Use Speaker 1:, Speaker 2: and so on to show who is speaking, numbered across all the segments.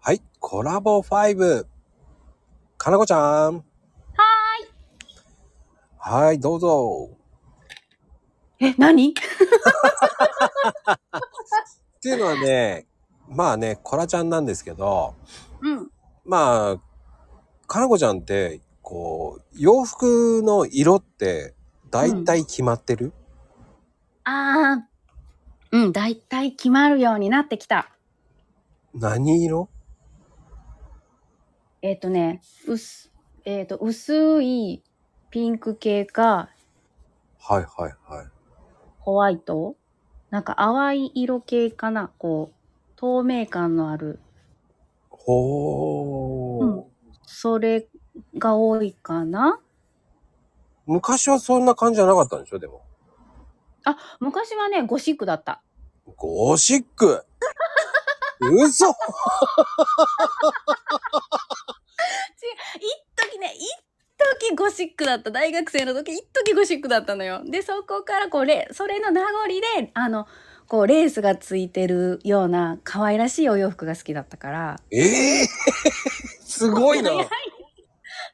Speaker 1: はい、コラボ5。かなこちゃん。
Speaker 2: は
Speaker 1: はい、どうぞ。
Speaker 2: ーい。え、何
Speaker 1: っていうのはね、まあね、コラちゃんなんですけど、
Speaker 2: うん。
Speaker 1: まあ、かなこちゃんって、こう、洋服の色って、だいたい決まってる、
Speaker 2: あー、うん、だいたい決まるようになってきた。
Speaker 1: 何色
Speaker 2: えっ、とね、薄、えっ、と、薄いピンク系か、
Speaker 1: はいはいはい。
Speaker 2: ホワイトなんか淡い色系かなこう、透明感のある。
Speaker 1: ほー。
Speaker 2: うんそれが多いかな
Speaker 1: 昔はそんな感じじゃなかったんでしょでも。
Speaker 2: あ、昔はね、ゴシックだった。
Speaker 1: ゴシッ ク嘘
Speaker 2: 一時ね、一時ゴシックだった。大学生の時、一時ゴシックだったのよ。で、そこからこう、レそれの名残で、あの、こう、レースがついてるような可愛らしいお洋服が好きだったから。
Speaker 1: ええ すご いな。
Speaker 2: 早い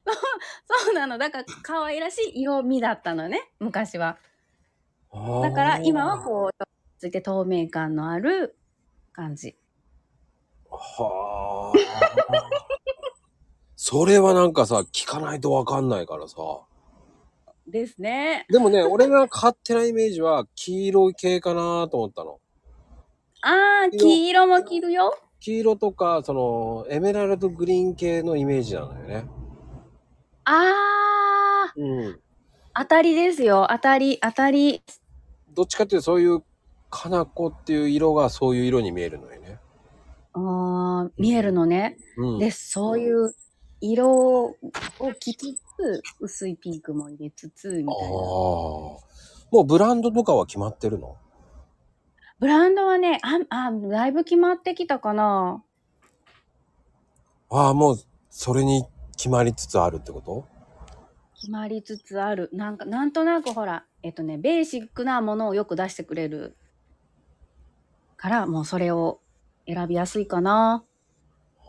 Speaker 2: そう、そうなの。だから、可愛らしい色味だったのね、昔は。だから、今はこう、ついて透明感のある感じ。
Speaker 1: はあ。 それはなんかさ、聞かないとわかんないからさ。
Speaker 2: ですね。
Speaker 1: で もね、俺が勝手なイメージは黄色い系かなと思ったの。
Speaker 2: あー、黄色も着るよ。
Speaker 1: 黄色とか、その、エメラルドグリーン系のイメージなのよね。
Speaker 2: あー、
Speaker 1: うん。
Speaker 2: 当たりですよ。当たり、当たり。
Speaker 1: どっちかっていうとそういう、かなこっていう色がそういう色に見えるのよね。
Speaker 2: あー見えるのね。
Speaker 1: うん。
Speaker 2: で、そういう色を着つつ、薄いピンクも入れつつ、み
Speaker 1: ああ
Speaker 2: たいな。。
Speaker 1: もうブランドとかは決まってるの
Speaker 2: ブランドはね、あ、あ、だいぶ決まってきたかな。
Speaker 1: ああ、もう、それに決まりつつあるってこと
Speaker 2: 決まりつつある。なんか、なんとなくほら、えっとね、ベーシックなものをよく出してくれるから、もうそれを選びやすいかな。
Speaker 1: ああ。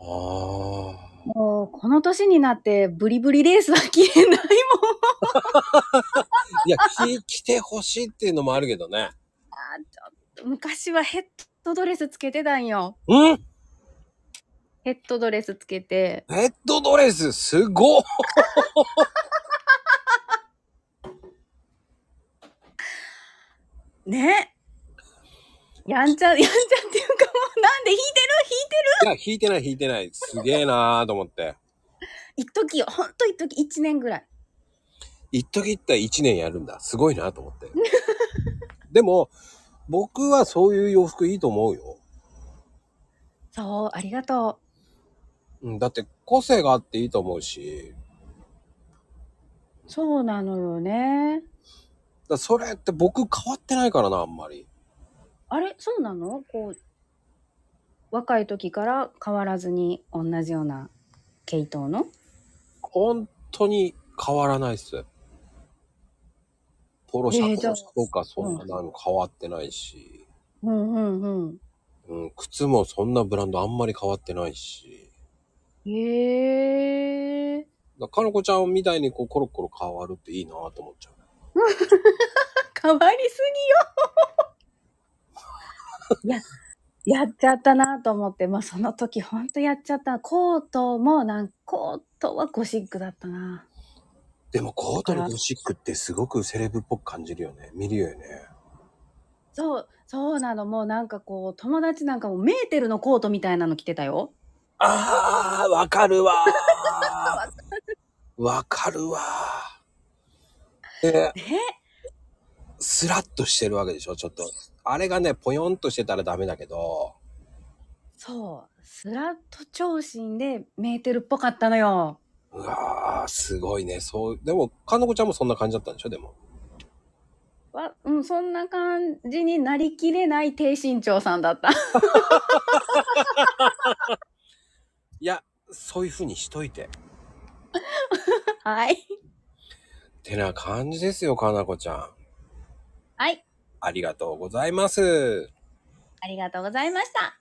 Speaker 2: もう、この年になって、ブリブリレースは着れないもん。
Speaker 1: いや、着、着てほしいっていうのもあるけどね。
Speaker 2: 昔はヘッドドレスつけてたんよ。
Speaker 1: うん
Speaker 2: ヘッドドレスつけて。
Speaker 1: ヘッドドレス、すごっ
Speaker 2: ね。やんちゃ、やんちゃっていう かもう、なんで引いてる引いて
Speaker 1: いや、引いてない引いてない。すげえなーと思って。
Speaker 2: る一時よ。ほんと一時、一年ぐらい。
Speaker 1: 一時ったら一年やるんだ。すごいなと 思って。でも、僕はそういう洋服いいと思うよ。
Speaker 2: そう、ありがと
Speaker 1: うん、だって個性があっていいと思うし、
Speaker 2: う。そうなのよね。
Speaker 1: だそれって僕変わってないからな、あんまり。
Speaker 2: あれそうなのこう若い時から変わらずに同じような系統の
Speaker 1: 本当に変わらないっす。ポロシ
Speaker 2: え
Speaker 1: ャ
Speaker 2: ー
Speaker 1: ツ
Speaker 2: じゃあ
Speaker 1: とかそんなの変わってないし。
Speaker 2: うんうんうん
Speaker 1: うん、靴もそんなブランドあんまり変わってないし。
Speaker 2: へえ
Speaker 1: だからのこちゃんみたいにこうコロコロ変わるっていいなと思っちゃう。
Speaker 2: 変わりすぎよ いややっちゃったなと思ってまあその時ほんとやっちゃったコートもなんコートはゴシックだったな
Speaker 1: でもコートのゴシックってすごくセレブっぽく感じるよね。見るよね。
Speaker 2: そうそうなのもうなんかこう友達なんかもメーテルのコートみたいなの着てたよ
Speaker 1: あー、わかるわー。 わかるわー。で、
Speaker 2: ね
Speaker 1: スラッとしてるわけでしょ、ちょっと。あれがね、ぽよんとしてたらダメだけど。
Speaker 2: そうスラッと長身でメーテルっぽかったのよ
Speaker 1: うわー、すごいね。そう、でも、かのこちゃんもそんな感じだったんでしょ、でも。
Speaker 2: わうん、そんな感じになりきれない低身長さんだった。
Speaker 1: いや、そういう風にしといて。
Speaker 2: はい。
Speaker 1: てな感じですよ、かなこちゃん。
Speaker 2: はい。
Speaker 1: ありがとうございます。
Speaker 2: ありがとうございました。